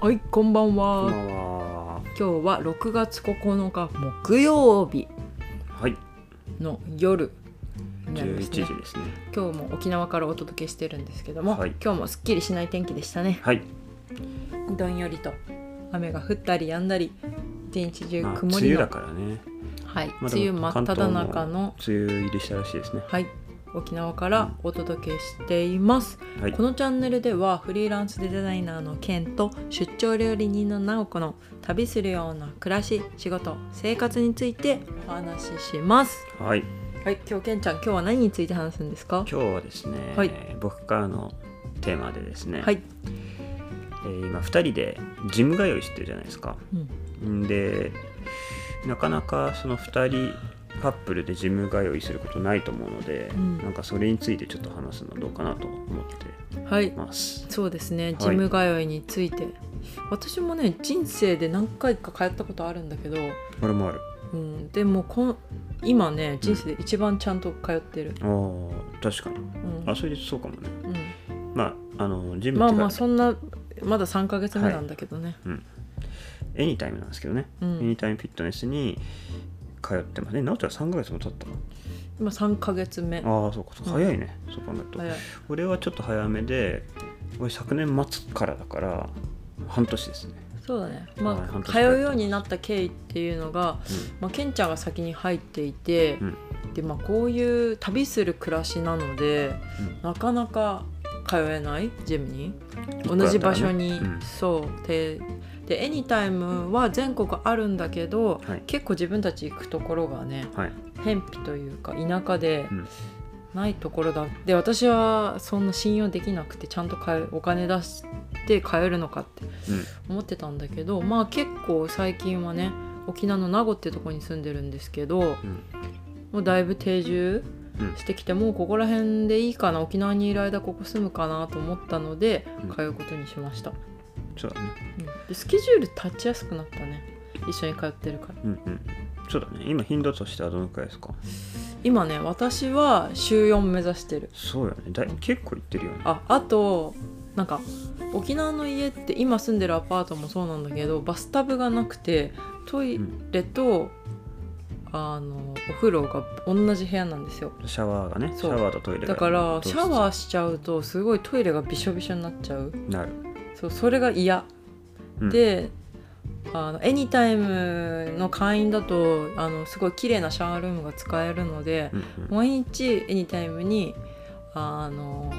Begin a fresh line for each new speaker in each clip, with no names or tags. はい、こんばん
こんば
は。
んは。
今日は6月9日木曜日
はい、
の夜になり
11
ます
時で
ね。
すね。
今日も沖縄からお届けしてるんですけども、
はい
今日もすっきりしない天気でしたね。
はい、
どんよりと雨が降ったり止んだり、一日中
まあ、梅
曇り
雨
の、
だからね。
はい、
まあ
梅
で
雨
も
真っ
関
只
東も
中の
梅雨入りしたらしいですね。
はい、沖縄からお届けしています。
はい
こ、のチャンネルではフリーランスデザイナーのケンと出張料理人のナオコの旅するような暮らし仕事生活についてお話しします
はい、今
はい今日ケンちゃん今日は何について話すんですか
日はですね、
はい
僕からのテーマでですね、
はい、
えー今2人でジム通いしてるじゃないですか。
うん、
んで、なかなかその2人カップルでジム通いすることないと思うので、
うん
なんかそれについてちょっと話すのどうかなと思って
はい
ます。
そうですねジム通いについて、私もね人生で何回か通ったことあるんだけど、
これもある。
うん、でもこん今ね人生で一番ちゃんと通ってる、
ああ、確かに。
うん
あ、それでそうかもね。
う
まあ、あのジムっ
ん、まあ
て
まあ
か
そんなまだ3ヶ月目なんだけどね、
エニタイムなんですけどね、
うん
エニタイムフィットネスに通ってますね直ちゃん3ヶ月も経ったの
今3ヶ月目
ああそうかそうか
うん
早いね、そう考えると、
早い
俺はちょっと早めで俺昨年末からだから半年ですね、
そうだね、ま
はい
あ、
半年
通
くらいう
ようになった経緯っていうのが、まあ、ケンちゃんが先に入っていて、
うん
でまあ、こういう旅する暮らしなので
うん
なかなか通えないジムに
うん
同じ場所に、
うん
そうででエニタイムは全国あるんだけど、
はい
結構自分たち行くところがね
はい、
偏僻というか田舎で
うん
ないところだで私はそんな信用できなくてちゃんと買えお金出して買えるのかって思ってたんだけどまあ結構最近はね沖縄の名護ってとこに住んでるんですけど
うんうん
もうだいぶ定住
うん
してきてもうここら辺でいいかな沖縄にいる間ここ住むかなと思ったので
うん
通うことにしました、
そうだね
うんでスケジュール立ちやすくなったね一緒に通ってるから
うんうんそうだね今頻度としてはどのくらいですか
今ね私は週4目指してる
そうよねだい結構行ってるよね
ああとなんか沖縄の家って今住んでるアパートもそうなんだけどバスタブがなくてトイレと、あのお風呂が同じ部屋なんですよ
シャワーがねシャ
そう
ワーとトイレが
だから
同
シ
時
ャワーしちゃうとすごいトイレがびしょびしょになっちゃう
なる、
そうそれが嫌、
うん
であのエニタイムの会員だとあのすごい綺麗なシャワールームが使えるので、
うんうん
毎日エニタイムにあの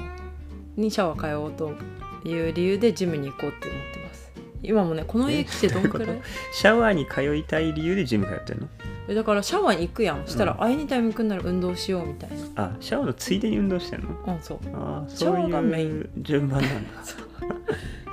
にシャワー通おうという理由でジムに行こうって思ってます今もねこの家来てどんくら
えどう
い
いうシャワーに通いたい理由でジム通ってるの
だからシャワーに行くやんそしたら、
う
あエニタイム行くんなら運動しようみたい
あシャワーのついでに運動してんの
なうんそう
ああ
シャ
そう
ワーがメイン
いう順番なんだ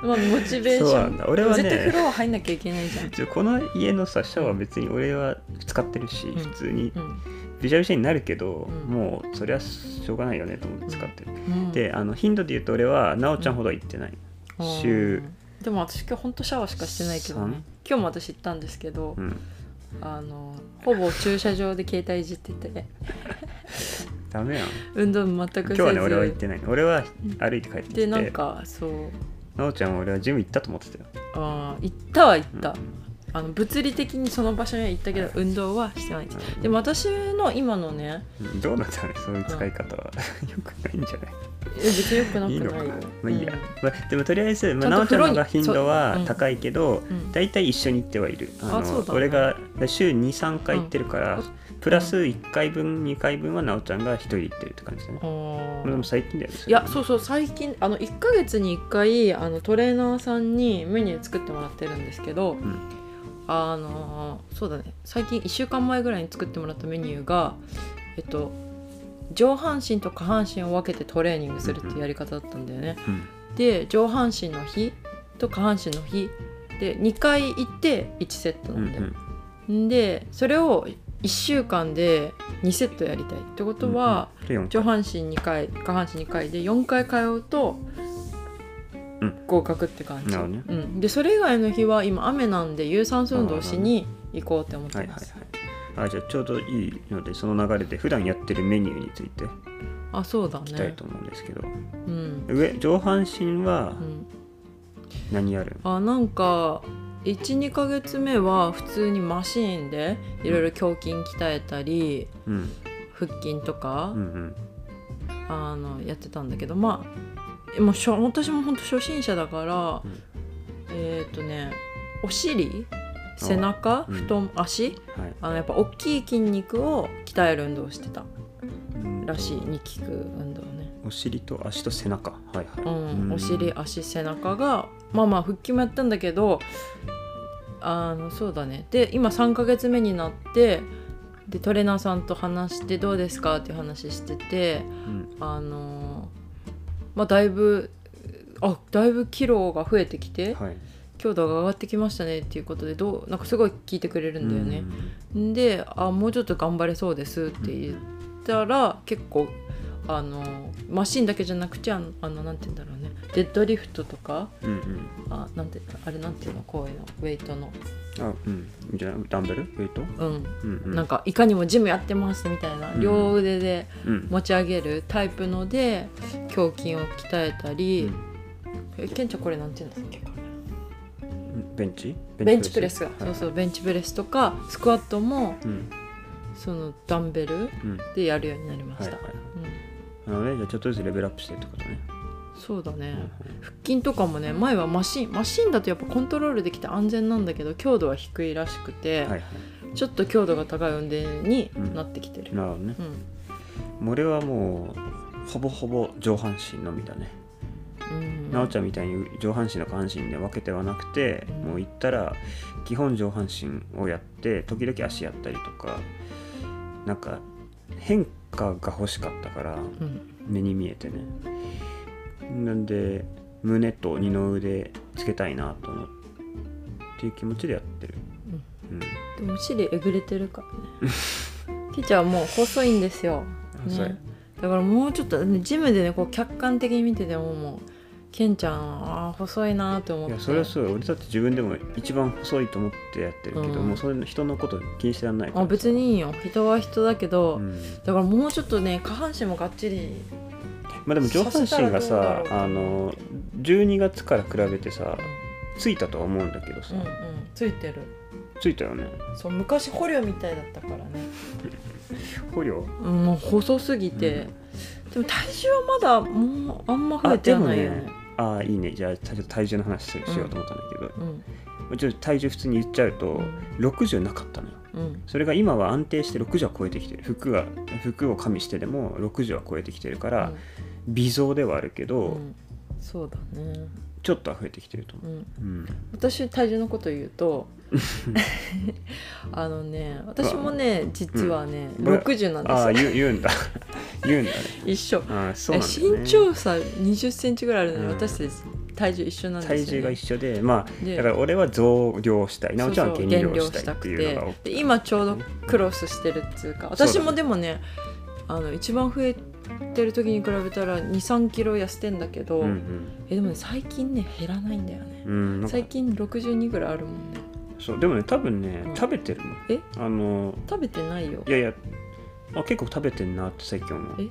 まあモチベーシ
そうな
ョ
ん
ン
だ俺は
絶対風
ね
呂は入んなきゃいけないじゃん
ちょこの家のさシャワー別に俺は使ってるし、
ん
普通に
うん
びしゃびしゃになるけど、
うん
もうそりゃしょうがないよねと思って使ってる、
うん、
であの頻度で言うと俺はなおちゃんほどは行ってない、
うん
週
でも私今日ほんとシャワーしかしてないけどね今日も私行ったんですけど、
うん
あのほぼ駐車場で携帯いじってて
ダメやん
運動全くせず
今日はね俺は行ってないの俺は歩いて帰ってきて
でな
なん
かそう
おちゃんは俺はジム行ったと思ってたよ、
あー行ったは行
う
っ
ん
た、あの物理的にその場所には行ったけど運動はしてない
うん
でも私の今のね
うんどうなんだろうねそういう使い方は、 よくないんじゃない
え別に良くなくない
いい
よ
のかな、まあいいや、まあ、でもとりあえず、まあ、
ちゃん
な
と
おち
風
ゃん
呂
の方が
に
頻度は
そううん
高いけど、
うんうん
大体一緒に行ってはいる
あそうだね
俺が週23回行ってるから、
うん
プラス1回分2回分はなおちゃんが1人で行ってるって感じだね、
あー
でも最近だよね
いやそうそう最近あの1ヶ月に1回あのトレーナーさんにメニュー作ってもらってるんですけど、
ん
あのそうだね最近1週間前ぐらいに作ってもらったメニューがえっと上半身と下半身を分けてトレーニングするっていうやり方だったんだよね。
うん
で上半身の日と下半身の日で2回行って1セット
う
なん
うん
だよ。
ん
んでそれを1週間で2セットやりたいってことは、
で4
上半身2回下半身2回で4回通うと
うん
合格って感じ、
なるほどね
うんでそれ以外の日は今雨なんで有酸素運動しに行こうって思って
はいはい
ま
はい
す、
あじゃあちょうどいいのでその流れで普段やってるメニューについてい
あそうだ
きたい
ね
と思うんですけど、
うん、
上上半身は
うん、
何やる
あなんか12ヶ月目は普通にマシーンでいろいろ胸筋鍛えたり
うん
腹筋とか
うんう、ん
あのやってたんだけどまあもうしょ私も本当初心者だから、
うん
えっ、とねお尻背中
うん
太も足
はい
あのやっぱ大きい筋肉を鍛える運動をしてた
うん
らしいに効く運動ね、
お尻と足と背中はいはい、
うん
うん
お尻足背中がまあまあ腹筋もやったんだけどあのそうだねで今3ヶ月目になってでトレーナーさんと話してどうですかっていう話してて
うん
あのまあだいぶあだいぶキロが増えてきて
はい
強度が上がってきましたねっていうことでどうなんかすごい聞いてくれるんだよね。であもうちょっと頑張れそうですって言ったら結構あのマシンだけじゃなくてあのあのなんて言うんだろうねデッドリフトとか
うんうん
あなんてあれなんていうのこういうのウェイトの
あうんじゃあダンベルウェイト
うん、
うんうん
なんかいかにもジムやってますみたいな、
うん
両腕で
うん
持ち上げるタイプので胸筋を鍛えたり、えケンちゃんこれなんて言うんだっけこれ
うんベンチ
ベンチプレスが、
はい
そうそうベンチプレスとかスクワットも
うん
そのダンベル
うん
でやるようになりま
はい
し
は
た、
い
うん
なのでじゃあちょっとずつレベルアップしてってことね、
そうだ
うん
ね腹筋とかもね前はマシンマシンだとやっぱコントロールできて安全なんだけど強度は低いらしくて、
はいはい
ちょっと強度が高い運転になってきてる、
なるほどね
うん
俺はもうほぼほぼ上半身のみだね
うん
なおちゃんみたいに上半身と下半身で分けてはなくてもう行ったら基本上半身をやって時々足やったりとかなんか変化が欲しかったから
うん
目に見えてねなんで胸と二の腕つけたいなと思ってっていう気持ちでやってるうん
でもお尻えぐれてるからねケチャはもう細いんですよ、
細い
ね、だからもうちょっとねジムでねこう客観的に見ててももうケンちゃんあー細いなーと思っ
い
て
やそれはそうよ俺だって自分でも一番細いと思ってやってるけど、
うん
もうそういうの人のこと気にしてらんないから
あ
さ
別にいいよ人は人だけど、
うん
だからもうちょっとね下半身もがっちり
まあでも上半身が
させたら
さ
どうだろう
あの12月から比べてさついたとは思うんだけどさ、
うんうんついてる
ついたよね
そう昔捕虜みたいだったからね、
捕虜
うん、もう細すぎて、でも体重はまだもうあんま増えてはないよね
ああいいねじゃあちょっと体重の話しようと思ったんだけど、
うん
ちょっと体重普通に言っちゃうと、60なかったのよ
うん
それが今は安定して60は超えてきてる服が服を加味してでも60は超えてきてるから、微増ではあるけど、
うんうんそうだね、
ちょっとは増えてきてると思
うん、
う、うん
私体重のこと言う とあのね私もね実はね、
うん
60なん
ああ
ですよ
言う言うんだ 言うんだね
一緒
ああそうなんだよね
身長差2 0ンチぐらいあるのに、
うん
私たち体重一緒なんですよ、ね、
体重が一緒でまあ
で
だから俺は増量したい
そ
なお
う
ち
そ
ゃんは
う
減
減
量
量
し
したた
いって
く
いうのが
て
大きい
で今ちょうどクロスしてるっつうか私もでもねあの一番増えてる時に比べたら23キロ痩せてんだけど、
うんうん
えでもね最近ね減らないんだよね
うんなんか
最近62ぐらいあるもんね
そうでもね多分ね、
うん
食べてるもん
え
あの
食べてないよ
いやいやあ結構食べてんなって最近思う
え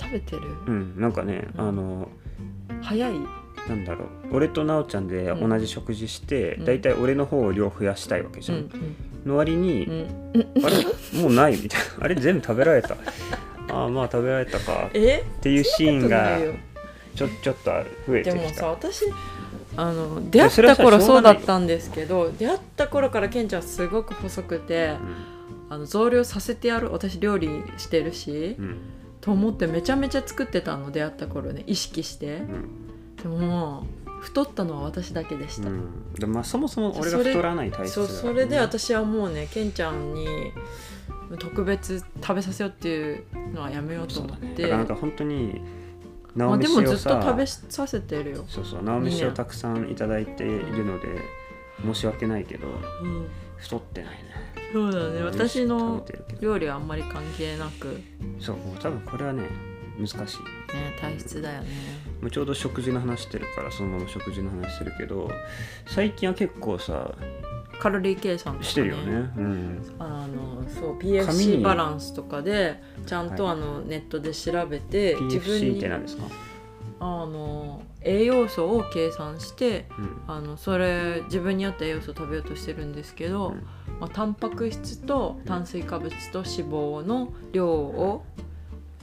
食べてる、
うんなんかね、
うん
あの
早い
なんだろう俺となおちゃんで
うん
同じ食事して、
うん
だいたい俺の方を量増やしたいわけじ
う
ゃ
ん
ん、の割に、
うんうん
あれもうないみたいな あれ全部食べられたああまあ食べられたかっ
え
ていうシーン
そんなことな
が
いよ
ちょちょっとある増えて
で
きた
もさ私あの出
や
会った頃
それ
そ
はさ
うだったんですけど出会った頃からケンちゃんすごく細くてあの増量させてやる私料理してるし、
うんうん
と思ってめちゃめちゃ作ってたの出会った頃ね意識して
うん
でももう太ったのは私だけでした、
うん、でまあそもそも俺が太らない体質
そう
だ
それで私はもうねケンちゃんに特別食べさせようっていうのはやめようと
そう
思
だ
っ
ね
て、
だからなんか本当に
ま
直
あ、で
飯
も
を
ずっ
さ、
と食べさせてるよ、
そうそう直飯をたくさんいただいているので申し訳ないけど
うん、
太ってないね
そうだね私の
食べてるけど
料理はあんまり関係なく、ね、
そう多分これはね難しい
体質だよね
もうちょうど食事の話してるからそのまま食事の話してるけど最近は結構さ
カロリー計算とか、
してるよねうん
あのそう
紙に
PFC バランスとかでちゃんと
は
あのネットで調べて、自分
PFC って
に
何ですか
あの栄養素を計算して
うん
あのそれ自分に合った栄養素を食べようとしてるんですけど、
うん
まあ、タンパク質と炭水化物と脂肪の量を、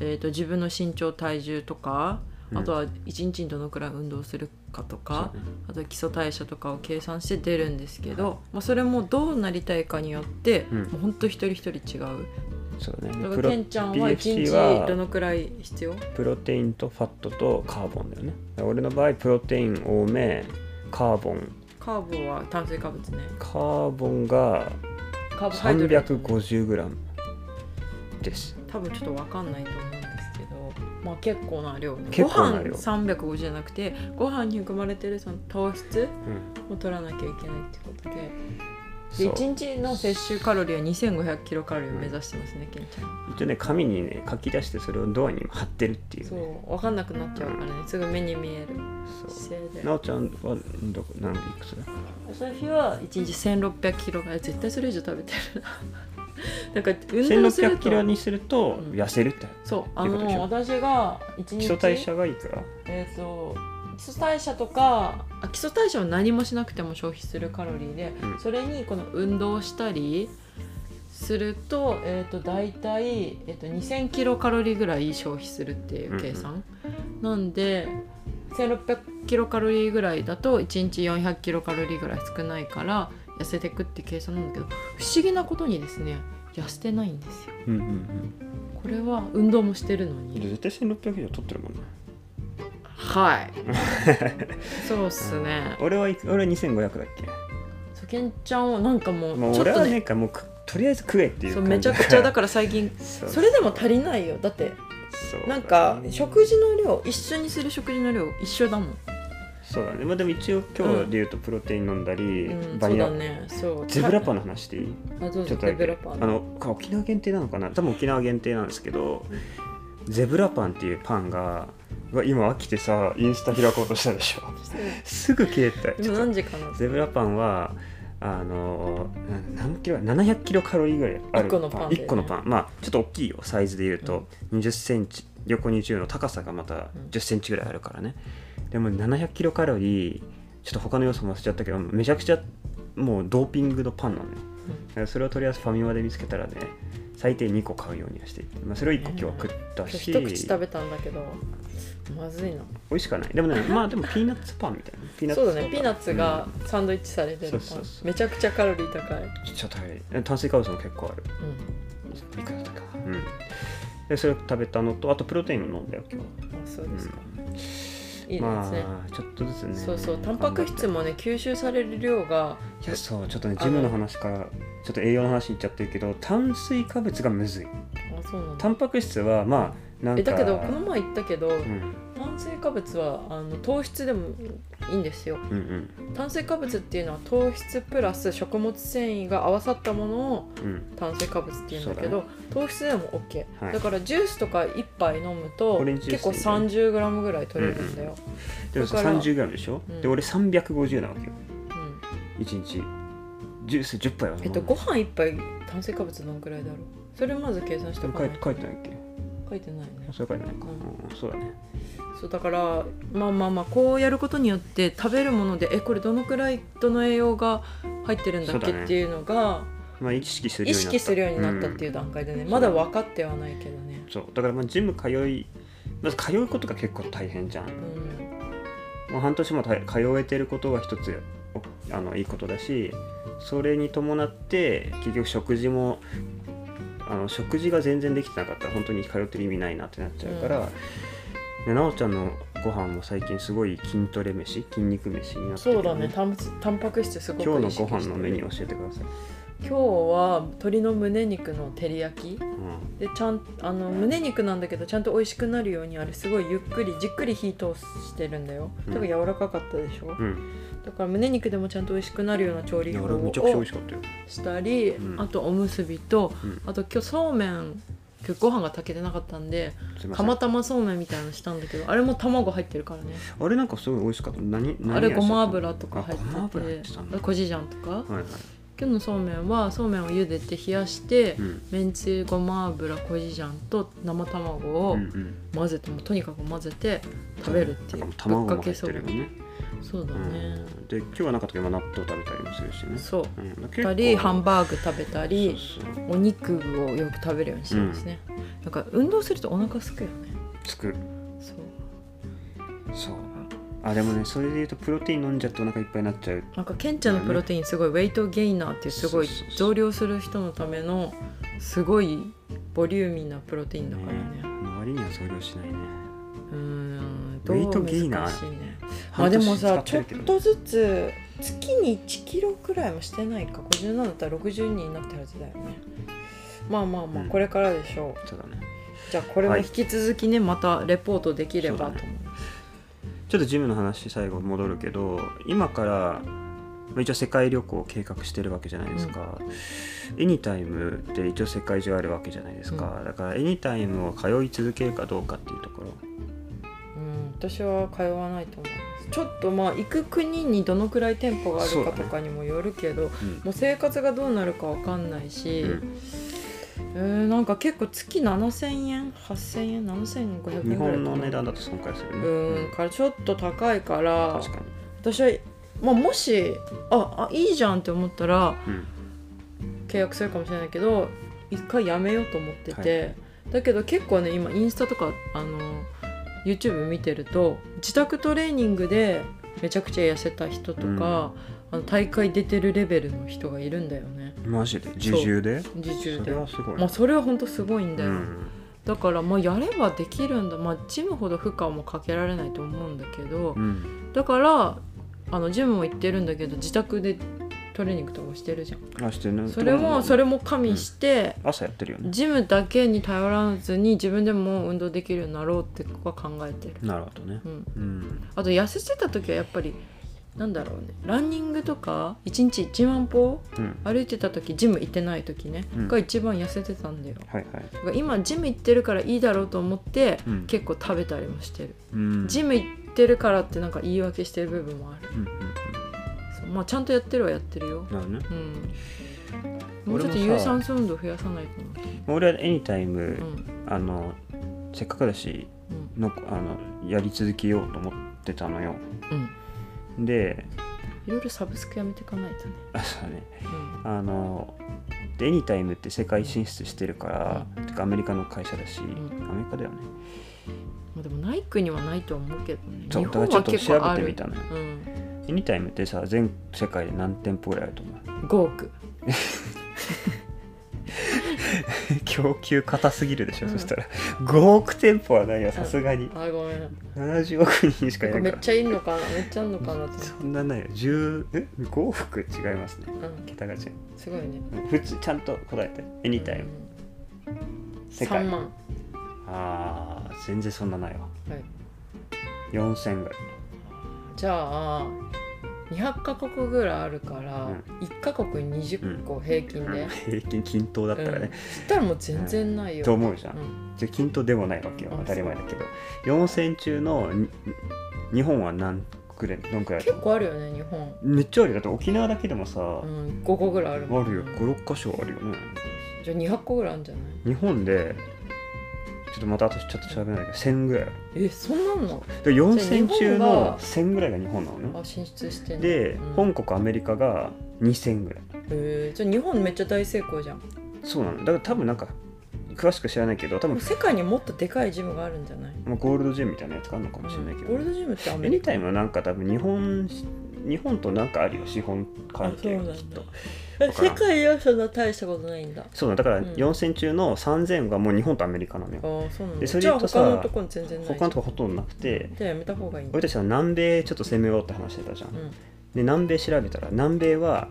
えー、と自分の身長体重とか
うん
あとは一日にどのくらい運動するかとか、
そうね
あとは基礎代謝とかを計算して出るんですけど、まあ、それもどうなりたいかによって、
うん
もうほんと一人一人違う
そうだ
だ
ね
か
プ
ら
ロ
ケンちゃんは一
PFC
日
は
どのくらい必要
プロテインとファットとカーボンだよねだから俺の場合プロテイン多めカーボン
カーボは炭水化物ね
カーボンが
カーボハイドレート
350g です
多分ちょっとわかんないと思うんですけど、まあ、結構な量ね
結構な量
ご飯350じゃなくてご飯に含まれてるその糖質
うん
を取らなきゃいけないってことで
そ
で
う
1日の摂取カロリーは2500キロカロリーを目指してますね、ケンちゃん
一応ね紙にね書き出してそれをドアに貼ってるっていう,、
そ
ね、
うわかんなくなっちゃうからねすぐ目に見える
そう
姿勢で
なおちゃんはどこ何いくつだ
私は1日1600キロぐらい絶対それ以上食べて るななんか運動する
1600
と
キロにすると
うん
痩せるって、
そうあ
ってことでしょ
の私が1日
基礎代謝がいくら
えー、と基礎代謝とかあ基礎代謝は何もしなくても消費するカロリーで、
うん
それにこの運動したりすると,、えー、と大体、えー、と2000キロカロリーぐらい消費するっていう計算、なんで1600キロカロリーぐらいだと1日400キロカロリーぐらい少ないから痩せてくって計算なんだけど不思議なことにですね痩せてないんですよ
うんうん
これは運動もしてるの
うん
に
絶対1600以上取ってるもんね
はい そうっすね、
俺はいく俺は2500だっけ
そうけんちゃんはなんかも
も
う
う
ちょっ
俺
と
は
ね
ねかもうくとりあえず食えっていう
そう
感
めち
じ
ゃくちゃだから最近
そう
それでも足りないよだって
そう
なんか
うん
食事の量一緒にする食事の量一緒だもん、
そうだねまあでも一応今日で言うとプロテイン飲んだり、
うん、
バ
そう
ニラ
だねそう
ゼブラパンの話していい
あどう
ち
ぞ
ょっと
ゼ
だ
ブ
け
ラパン
あのか沖縄限定なのかな多分沖縄限定なんですけどゼブラパンっていうパンがうわ今飽きてさインスタ開こうとしたでしょすぐ消えたちょ
今
っ
何
と
時かな
ゼブラパンはあのな何キロ700キロカロリーぐらいある
一個のパンでね
一個のパンまあちょっと大きいよサイズで言うと、20センチ横に10の高さがまた
うん
10センチぐらいあるからねでも700キロカロリーちょっと他の要素も忘れちゃったけどめちゃくちゃもうドーピングのパンなのよだからそれをとりあえずファミマで見つけたらね最低2個買うようにはしていて、まあ、それを1個今日は食ったし、
一口食べたんだけどまずいな
美味しくはないで もねまあでもピーナッツパンみたいなピーナッツ
そうだ
と
ね
か
ピーナッツがサンドイッチされてるパン
そうそうそう
めちゃくちゃカロリー高い、うん、
うんちょっと高い炭水化物も結構あるいくらだったかうんでそれを食べたのとあとプロテインを飲んだよ今日
あそうですか、いいですね、
まあちょっとずつね
そうそうタンパク質もね吸収される量が
いやそうちょっとねジムの話からちょっと栄養の話いっちゃってるけど炭水化物がむずい
あそうなんだ
タンパク質はまあなんか
えだけどこの前言ったけど、
うん
炭水化物はあの糖質でもいいんですよ
うんうん
炭水化物っていうのは糖質プラス食物繊維が合わさったものを
うん
炭水化物っていうんだけ
そう
ど糖質でも OK、
はい
だからジュースとか1杯飲むと
オレンジジュー
結
ス
構 30g ぐらい取れるんだよ、
でもさ
だから
30g でしょ、
うん
で俺350なわけよ
うん
1日ジュース10杯は飲
えっ
まな
と
い
ご飯1杯炭水化物どんくらいだろうそれまず計算して
で
お
も
かな
書
い
いて書いてないっけ
書いてないね
それ書いてないか、うん、そうだね
そうだからまあまあまあこうやることによって食べるものでえこれどのくらいどの栄養が入ってるんだっ
そ
け
うだね
っていうのが
まあ意識するよ
意
うになった
識するようになったっていううん段階でね、
うん
まだ分かってはないけどね。
そうだからまあジム通いまず通うことが結構大変じゃん
うん
もう半年もた通えてることが一つおあのいいことだしそれに伴って結局食事もあの食事が全然できてなかったら本当に通ってる意味ないなってなっちゃうから、でなおちゃんのご飯も最近すごい筋トレ飯筋肉飯になってる
そ
よ
うだねタンタンパク質すごく
今日
意
の
識
ご飯のメニュ
ー
ー教えてください、
今日は鶏の胸肉の照り焼き
うん
でちゃんあの胸肉なんだけどちゃんと美味しくなるようにあれすごいゆっくりじっくり火通してるんだよ
うん
多分柔らかかったでしょ、
うん、
だから胸肉でもちゃんと美味しくなるような調
い
理
や
法
俺めちゃくちゃ美
を
味しかったよ、
したり、
うん
あとおむすびと
うん、
あと今日そうめん今日ご飯が炊けてなかったんです
いません
釜玉そうめんみたいなのしたんだけどあれも卵入ってるからね
あれなんかすごい美味しかった何何
あれ
味だ
ご
った
ま油とか入
あごま
って
油入っててたん
あ
だ
こじじゃんとか
はいはい
今日のそうめんはそうめんを茹でて冷やして、
うん
めんつゆごま油こじじゃんと生卵を
うんうん
混ぜて、もうとにかく混ぜて食べるっていう、
だから卵
ぶっ
も入
かけ
っ
そ
て
う
る
め
よ
ん
ね
そうだ
う
ね、
ん、で今日はなかったけど納豆食べたりもするしね
そう
うん、だ
た
から
り
結構
ハンバーグ食べたり
そうそう
お肉をよく食べるようにしてますね、なんか運動するとお腹すくよね
つく
そう
そうあでもねそれでいうとプロテイン飲んじゃってお腹いっぱいになっちゃう
なんかケンちゃんのプロテインすごいウェイトゲイナーっていうすごい
そうそうそう
増量する人のためのすごいボリューミーなプロテインだからね
の割には増量しないね
うーん
ウェイトゲイナー
どう難しいねまあでも
半
さ
年
ち
使
ょ
っ
っ
るけ
て
ど
とずつ月に1キロくらいもしてないか57だったら60になってるはずだよねまあまあまあ
うん
これからでしょう、
そうだね
じゃあこれも
はい
引き続きねまたレポートできればと思う
ちょっとジムの話最後戻るけど今からまあ一応世界旅行を計画してるわけじゃないですか、エニタイムって一応世界中あるわけじゃないですか、だからエニタイムを通い続けるかどうかっていうところ
うん、私は通わないと思いますちょっとまあ行く国にどのくらい店舗があるかとかにもよるけど、
うん
もう生活がどうなるかわかんないし、
う
うーんなんか結構月7000円8000円7500円ぐらい
日
かな
本の値段だと損壊するね
うーんからちょっと高いから
確かに、
私は、まあ、もしああいいじゃんって思ったら
うん
契約するかもしれないけど一回やめようと思ってて、
は
だけど結構ね今インスタとかあの YouTube 見てると自宅トレーニングでめちゃくちゃ痩せた人とか、
うん
あの大会出てるレベルの人がいるんだよね
マジで自重で
自重
そ
で
れ。はすごい、
まあ、それは本当すごいんだ
う
よ、
ん
だからまあやればできるんだまあジムほど負荷もかけられないと思うんだけど、
うん、
だからあのジムも行ってるんだけど自宅でトレーニングとかしてるじゃん
あしてるね
それもそ
れ
れも加味して、
朝やってるよね
ジムだけに頼らずに自分でも運動できるようになろうっては考えてる、
なるほどね
うん、
うん
あと痩せてた時はやっぱりなんだろうねランニングとか1日1万歩
うん
歩いてた時ジム行ってない時ね、
うん
が一番痩せてたんだよ
はいはい、
だから今ジム行ってるからいいだろうと思って、
うん
結構食べたりもしてる
うん、
ジム行ってるからってなんか言い訳してる部分もある
うんうんうん
そうまあちゃんとやってるはやってるよ
なるほどね
うん、もう
俺も
ちょっと
さ
有酸素運動増やさないとな
俺はエニタイム、
うん
あのせっかくだし
うん
のあのやり続けようと思ってたのよ
うん
で
いろいろサブスクやめていかないとね、
あそうね
うん
あのでエニタイムって世界進出してるから、てかアメリカの会社だし、
ん
アメリカだよね
まあ、でもない国はないと思うけどね
そう
日本
だから
は
ちょっと
結構
調
あ
べ
る
てみたのよ
うん、
エニタイムってさ全世界で何店舗ぐらいあると 思う
5億
供給硬すぎるでしょ、そしたら5億 店舗はないよさすがに、
あごめん
70億人しかい
な
なんい
かめ
か
っ
ら
ちゃいいのかなめっちゃあんのかなって、
そんなないよ10え5億違いますね
うん、
桁が違う
すごいね
普通ちゃんと答えてエニタイム、世界
3万
ああ全然そんなないわ
はい
4000ぐらい
じゃあ200カ国ぐらいあるから、
うん
1カ国20個平均で、
うん 平均均等だったら
うん
ね、
そしたらもう全然ないよ、
と思うじゃん、
うん
じゃあ均等でもないわけよ
あ
当たり前だけど4000中のに日本は何くらいどんくらいある
結構あるよね日本、
めっちゃあるよだって沖縄だけでもさ、
うん、5個ぐらいあるも
あ
ん
るよ56箇所あるよね
じゃあ200個ぐらいあるんじゃない
日本でちょっとまた私ちょっと調べないけど1000ぐらいある
えそんなんの
で4000中
じゃあ日本
の
が
1000ぐらいが日本なのね
あ進出してんの
で、
うん、へ
香港アメリカが2000ぐらい
えじゃあ日本めっちゃ大成功じゃん
そうなのだから多分なんか詳しく知らないけど多
でも
分、
世界にもっとでかいジムがあるんじゃない、
まあ、ゴールドジムみたいなやつがあるのかもしれないけ
うん
ど、
ゴールドジムってアメ
エ
リ
ニ
カ
タイムはなんか多分日本日本となんかあるよ資本関係
あそ
が
うなんだ
きっと
え世界よりそんな大したことないんだあ
そうなんだから
うん
4000中の3000がもう日本とアメリカなのよ、
ーそうなんだ
でそれ
じ
で言
ゃあ
うと
他
さ
のとこに全然ない
他のとこほとんどなくて
じゃあやめた方がいいんだ
俺たちは南米ちょっと攻めようって話してたじゃん、
う
で
ん
南米調べたら南米は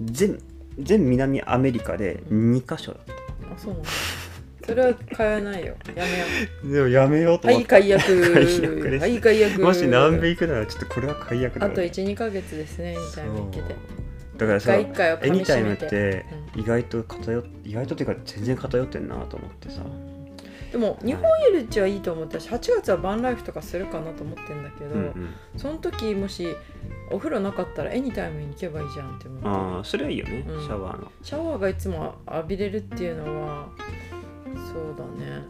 全全南アメリカで2箇所だった、
あそうなんだそれは変えないよ やめよ
でもやめよう
う
と
は
思っ
い
て、
解約
解約です
はい解約
もし南米行くならちょっとこれは解約だ
あ
よね
と12ヶ月ですねみたいな行け
そう
て
だから
一
さ
回一回を
エ
噛み
ニタイ
締
ム
め
ってて意外と偏っ意外とっていうか全然偏ってんなと思ってさ
でも日本よりうちはいいと思ったし8月はバンライフとかするかなと思ってんだけど、
うんうん
その時もしお風呂なかったらエニタイムに行けばいいじゃんって思って
ああそれはいいよね、
うん
シャワーの
シャワーがいつも浴びれるっていうのはそうだね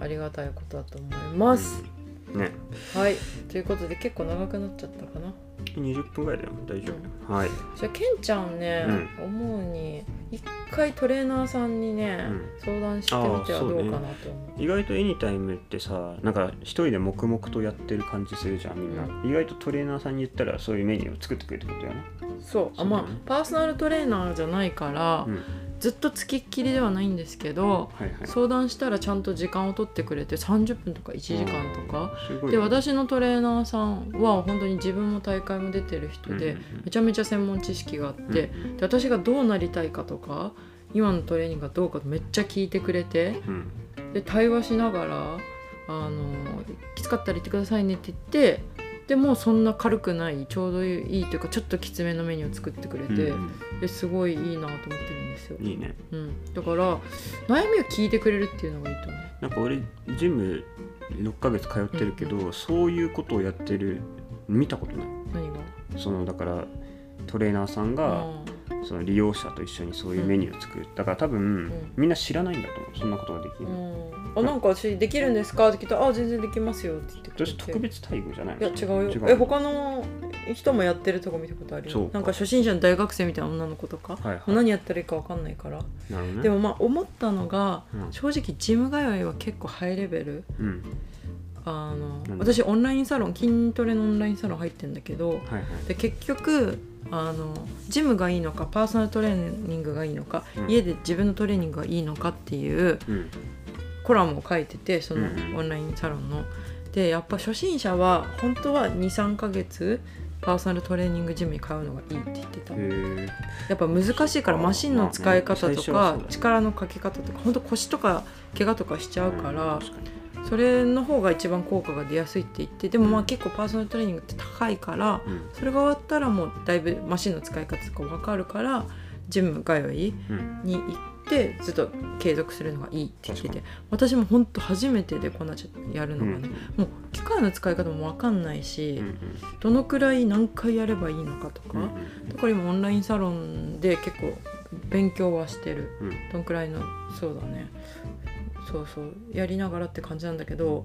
ありがたいことだと思います、
うんね
はいということで結構長くなっちゃったかな
20分ぐらいだよ大丈夫はい
じゃあケンちゃんね、思うに一回トレーナーさんにね、
うん
相談してみてはどうかなと思う
意外とエニタイムってさなんか一人で黙々とやってる感じするじゃんみんな、意外とトレーナーさんに言ったらそういうメニューを作ってくれるってことやな
そう,、あまあ
そうだね
パーソナルトレーナーじゃないから、
うん
ずっとつきっきりではないんですけど、
はいはい
相談したらちゃんと時間を取ってくれて30分とか1時間とか、
すごい
で私のトレーナーさんは本当に自分も大会も出てる人で、めちゃめちゃ専門知識があって、で私がどうなりたいかとか今のトレーニングがどうかめっちゃ聞いてくれて
うんうん
で対話しながらあのきつかったら言ってくださいねって言ってでもうそんな軽くないちょうどいいというかちょっときつめのメニューを作ってくれ
うん
て、
うん
ですごいいいなと思ってるんですよ
う、んいいね
うん、だから悩みを聞いてくれるっていうのがいいと思う。
なんか俺ジム6ヶ月通ってるけど、そういうことをやってる見たことない
何が
そのだからトレーナーさんが
うん
その利用者と一緒にそういうメニューを作る、だから多分、
ん
みんな知らないんだと思うそんなことができる、
うん、あなんか私できるんですかって聞いたら「あ全然できますよ」って言ってくれて
私特別待遇じゃない
いや違うよ
違う
え他の人もやってるとこ見たことある
そう
よ
か
なんか初心者の大学生みたいな女の子とか、
はいはい
何やったらいいか分かんないから、
なるほどね
でもまあ思ったのが、
うん
正直ジム通いは結構ハイレベル
うん
あの、
うん
私オンラインサロン筋トレのオンラインサロン入ってんだけど
はいはい
で結局あのジムがいいのかパーソナルトレーニングがいいのか、
うん
家で自分のトレーニングがいいのかっていう
うん
コラムを書いててその
うんうん
オンラインサロンの。でやっぱ初心者は本当は23ヶ月パーソナルトレーニングジムに通うのがいいって言ってた
へー
やっぱ難しいからマシンの使い方
まあね
と
最初はそうだ
か
ね
力のかけ方とか本当腰とか怪我とかしちゃうから
ん確かに
それの方が一番効果が出やすいって言ってでもまあ結構パーソナルトレーニングって高いから
うん
それが終わったらもうだいぶマシンの使い方とか分かるからジム通い
うん
に行ってずっと継続するのがいいって言って
確
て私も本当初めてでこんなちょっとやるの
う
がね、
ん
もう機械の使い方も分かんないし、
うん
どのくらい何回やればいいのかとか、
うん
だから今オンラインサロンで結構勉強はしてる
うん
どんくらいのそうだねそうそうやりながらって感じなんだけど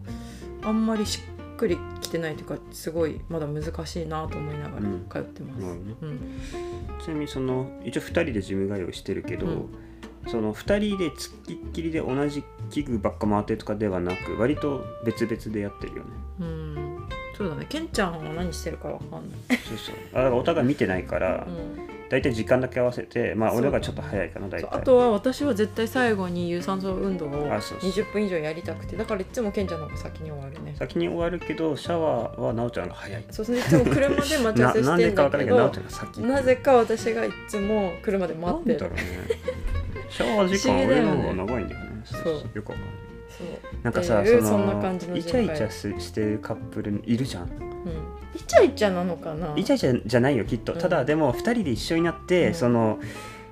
あんまりしっくりきてないというかすごいまだ難しいなと思いながら
うん
通ってます。
なるほどね
うん
ちなみにその一応2人でジム通いをしてるけど、
うん
その2人でつきっきりで同じ器具ばっか回ってるとかではなく割と別々でやってるよね
うんそうだねケンちゃんは何してるかわかんない。
そうそうあだからお互い見てないから、
うん
大体時間だけ合わせてまあ
そう
俺のがちょっと早いかな大
そう
体
あとは私は絶対最後に有酸素運動を
あそうそう
20分以上やりたくてだからいつもケンちゃんの方が先に終わるね
先に終わるけどシャワーはなおちゃんが早い
そうそれいつも車で待ち合わ
な
せ
な
し
ん
て
でか分
んだ
からな
け
いけどなお
ど
ちゃんが先
なぜか私がいつも車で待
な
っ
ん
て
だろう
る
ねシャワー時間は俺の方が長いんだよね
不思議
そ
だよ
う
ね
そうよくわかんない
そう、
なんかさ、
っていう
その
そんな感じの
イ
巡
チ
回
ャイチャすしてるカップルいるじゃん、
うん、イチャイチャなのかな
イチャイチャじゃないよきっと、
うん
ただでも2人で一緒になって、
うん
その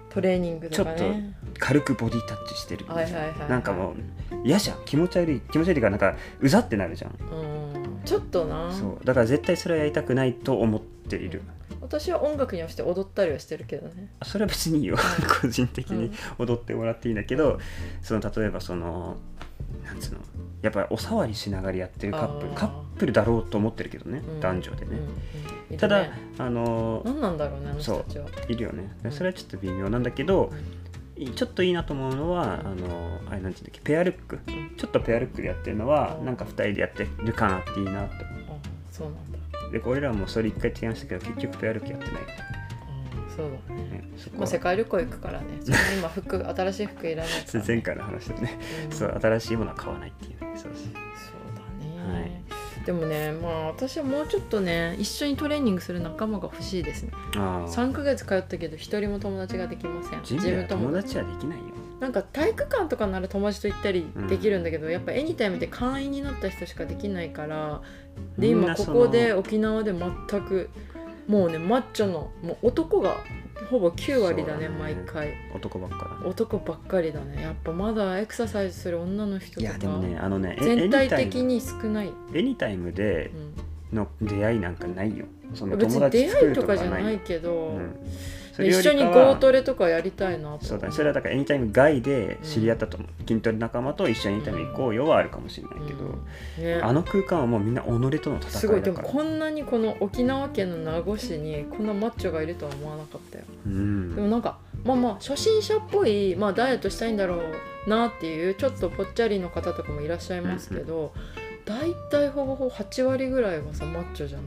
トレーニングとか
ちょっ
ね
軽くボディタッチしてる、
はいはいはいはい
なんかもう嫌じゃん気持ち悪い気持ち悪いからなんかうざってなるじゃん、
うんちょっとな
そうだから絶対それはやりたくないと思っている、
うん私は音楽に合わせて踊ったりはしてるけどね
あそれは別にいいよ、 個人的
う
に
ん
踊ってもらっていいんだけど、その例えばそのなんつうのやっぱりお触りしながらやってるカップル
あー
カップルだろうと思ってるけどね、
うん
男女でね、
うんうん
ただ、
いるね
あの
何なんだろうねあの人たちはい
るよね
うん
それはちょっと微妙なんだけど、ちょっといいなと思うのはあのあれなんていうんだっけペアルック
ん
ちょっとペアルックでやってるのは、
うん
なんか2人でやってるかなっていいなって思
あそうなんだ
うで俺らもそれ1回提案したけど結局ペアルックやってないか
あそうだ
らねそこ
まあ、
は
世界旅行行くからね。それに今服新しい服いらないから、ね。
それ 前回の話だね、
うん
そ
そう
う新しいものは買わないっていうねそうそう
だね、でもね、まあ私はもうちょっとね、一緒にトレーニングする仲間が欲しいですね。
ああ
3ヶ月通ったけど一人も友達ができません。
人類は友
達
達はできないよ
なんか体育館とかなら友達と行ったりできるんだけど、やっぱエニタイムで会員になった人しかできないから、で
みん
今
な
こ
その
こで沖縄で全くもうねマッチョのもう男がほぼ9割だ
そ
ね
うだね
毎回。
男ばっかだね
男ばっかりだねやっぱまだエクササイズする女の人
い
と
やでも
か、
ねあのねえ
全体
エニタイ
的
ム
に少ない、
エニタイムで
うん
の出会いなんかないよその
別
友
に
達
出
作
会い
る
と
とか
か
じ
じ
ゃ
ゃ
ない、
ないけど、
うん、それ
一
より
緒に
か
ゴ
は
ートレとかやりたいなと
そうだねそれはだからエニタイム外で知り合ったと、筋トレ仲間と一緒にエニタイム行こうよはあるかもしれないけど、
うんね
あの空間はもうみんな己との戦いだから
すごいでもこんなにこの沖縄県の名護市にこんなマッチョがいるとは思わなかったよ
うん
でもなんかまあまあ初心者っぽい、まあ、ダイエットしたいんだろうなっていうちょっとぽっちゃりの方とかもいらっしゃいますけど、大体ほぼほぼ8割ぐらいはさマッチョじゃない、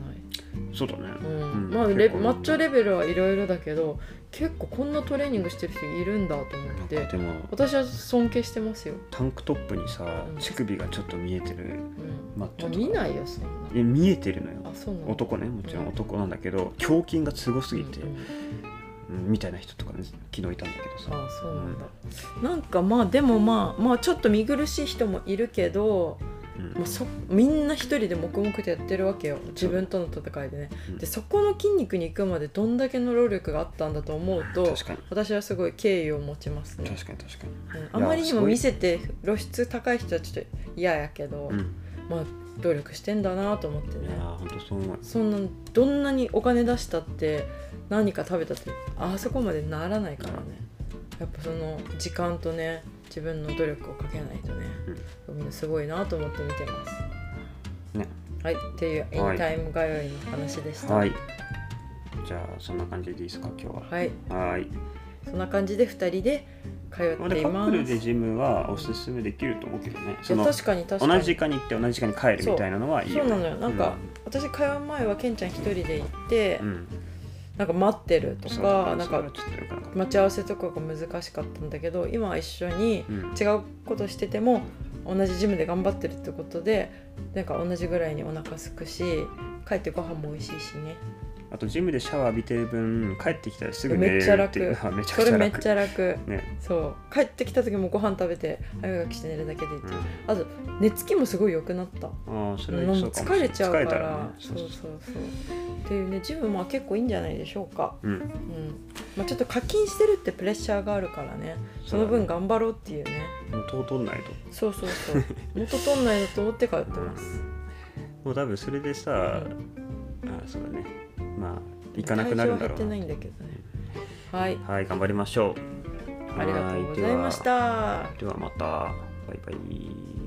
そうだね、
うん
うん
まあ、
結
レ
構
マッチョレベルはいろいろだけど結構こんなトレーニングしてる人いるんだと思っ
なん
て
かでも
私は尊敬してますよ、
タンクトップにさ
うん
乳首がちょっと見えてる
うん
マッチ
まあ、
ョ
見ないいよそんな
や見えてるのよ
あそうなの
男ねもちろん男なんだけど胸筋がすごすぎて、
うんうん
うんみたいな人とかね昨日いたんだけどさ
あそうなんだ、なんかまあでもまあまあちょっと見苦しい人もいるけど、
うん
まあ、そみんな一人で黙々とやってるわけよ自分との戦いでね、
うん
でそこの筋肉に行くまでどんだけの労力があったんだと思うと
確かに
私はすごい敬意を持ちますね、
確かに確か
うんあまりに
す
も
ごい
見せて露出高い人はちょっと嫌やけど、
に、
まあ努力してんだなと思って
うん、い
ね
やーほんとそう思う
そんなどんなにお金出したって何か食べたってあそこまでならないからねやっぱその時間とね自分の努力をかけないとね、みんなすごいなと思って見てます。
ね
はいっていうエンタイム通いの話でした。
はいじゃあそんな感じでいいですか今日
はい
ははい
そんな感じで二人で通
ま
っ
あ
て
で
い
カッ
ま
プル
す。
でジムはおすすめできると思うけどねそ
いや
の
確かに確かに
同じ時間に行って同じ時間に帰るみたいなのはいい
そ
よ、
う
ね、
なのよなんか、私会話前はケンちゃん一人で行って、
うん、
なんか待ってると
そう
か
だ
な
ね
ん
それ
か
はちょっとよくなかった
待ち合わせとかが難しかったんだけど今は一緒に
うん
違うことしてても同じジムで頑張ってるってことでなんか同じぐらいにお腹空くし帰ってご飯も美味しいしね
あとジムでシャワー浴びてる分帰ってきたらすぐ寝
め
れ
っちゃ
るって
楽
いうのはめちゃ
そ
くち
れ
ゃ
めっ
楽
ちゃ楽
ね、
そう帰ってきた時もご飯食べて歯磨きして寝るだけでいいって
う
いうんあと寝つきもすごい良くなった
ああそれ
も
は
う
そうかもし
疲
れな
れ
い
ちゃう
疲
か
れた
ら
ねそ
そうう
そ
そううそうっていうねジムまあ結構いいんじゃないでしょうか
うん
うんまあちょっと課金してるってプレッシャーがあるからねその分頑張ろうっていうね
元を取んないと
そうそうそう 元取んないと思って通ってます
もう多分それでさ、あそうだねまあ行かなくなるんだろ
体重
うな
は減ってないんだけどねはい
はい頑張りましょう
ありがとうございました
はーいではではまたバイバイ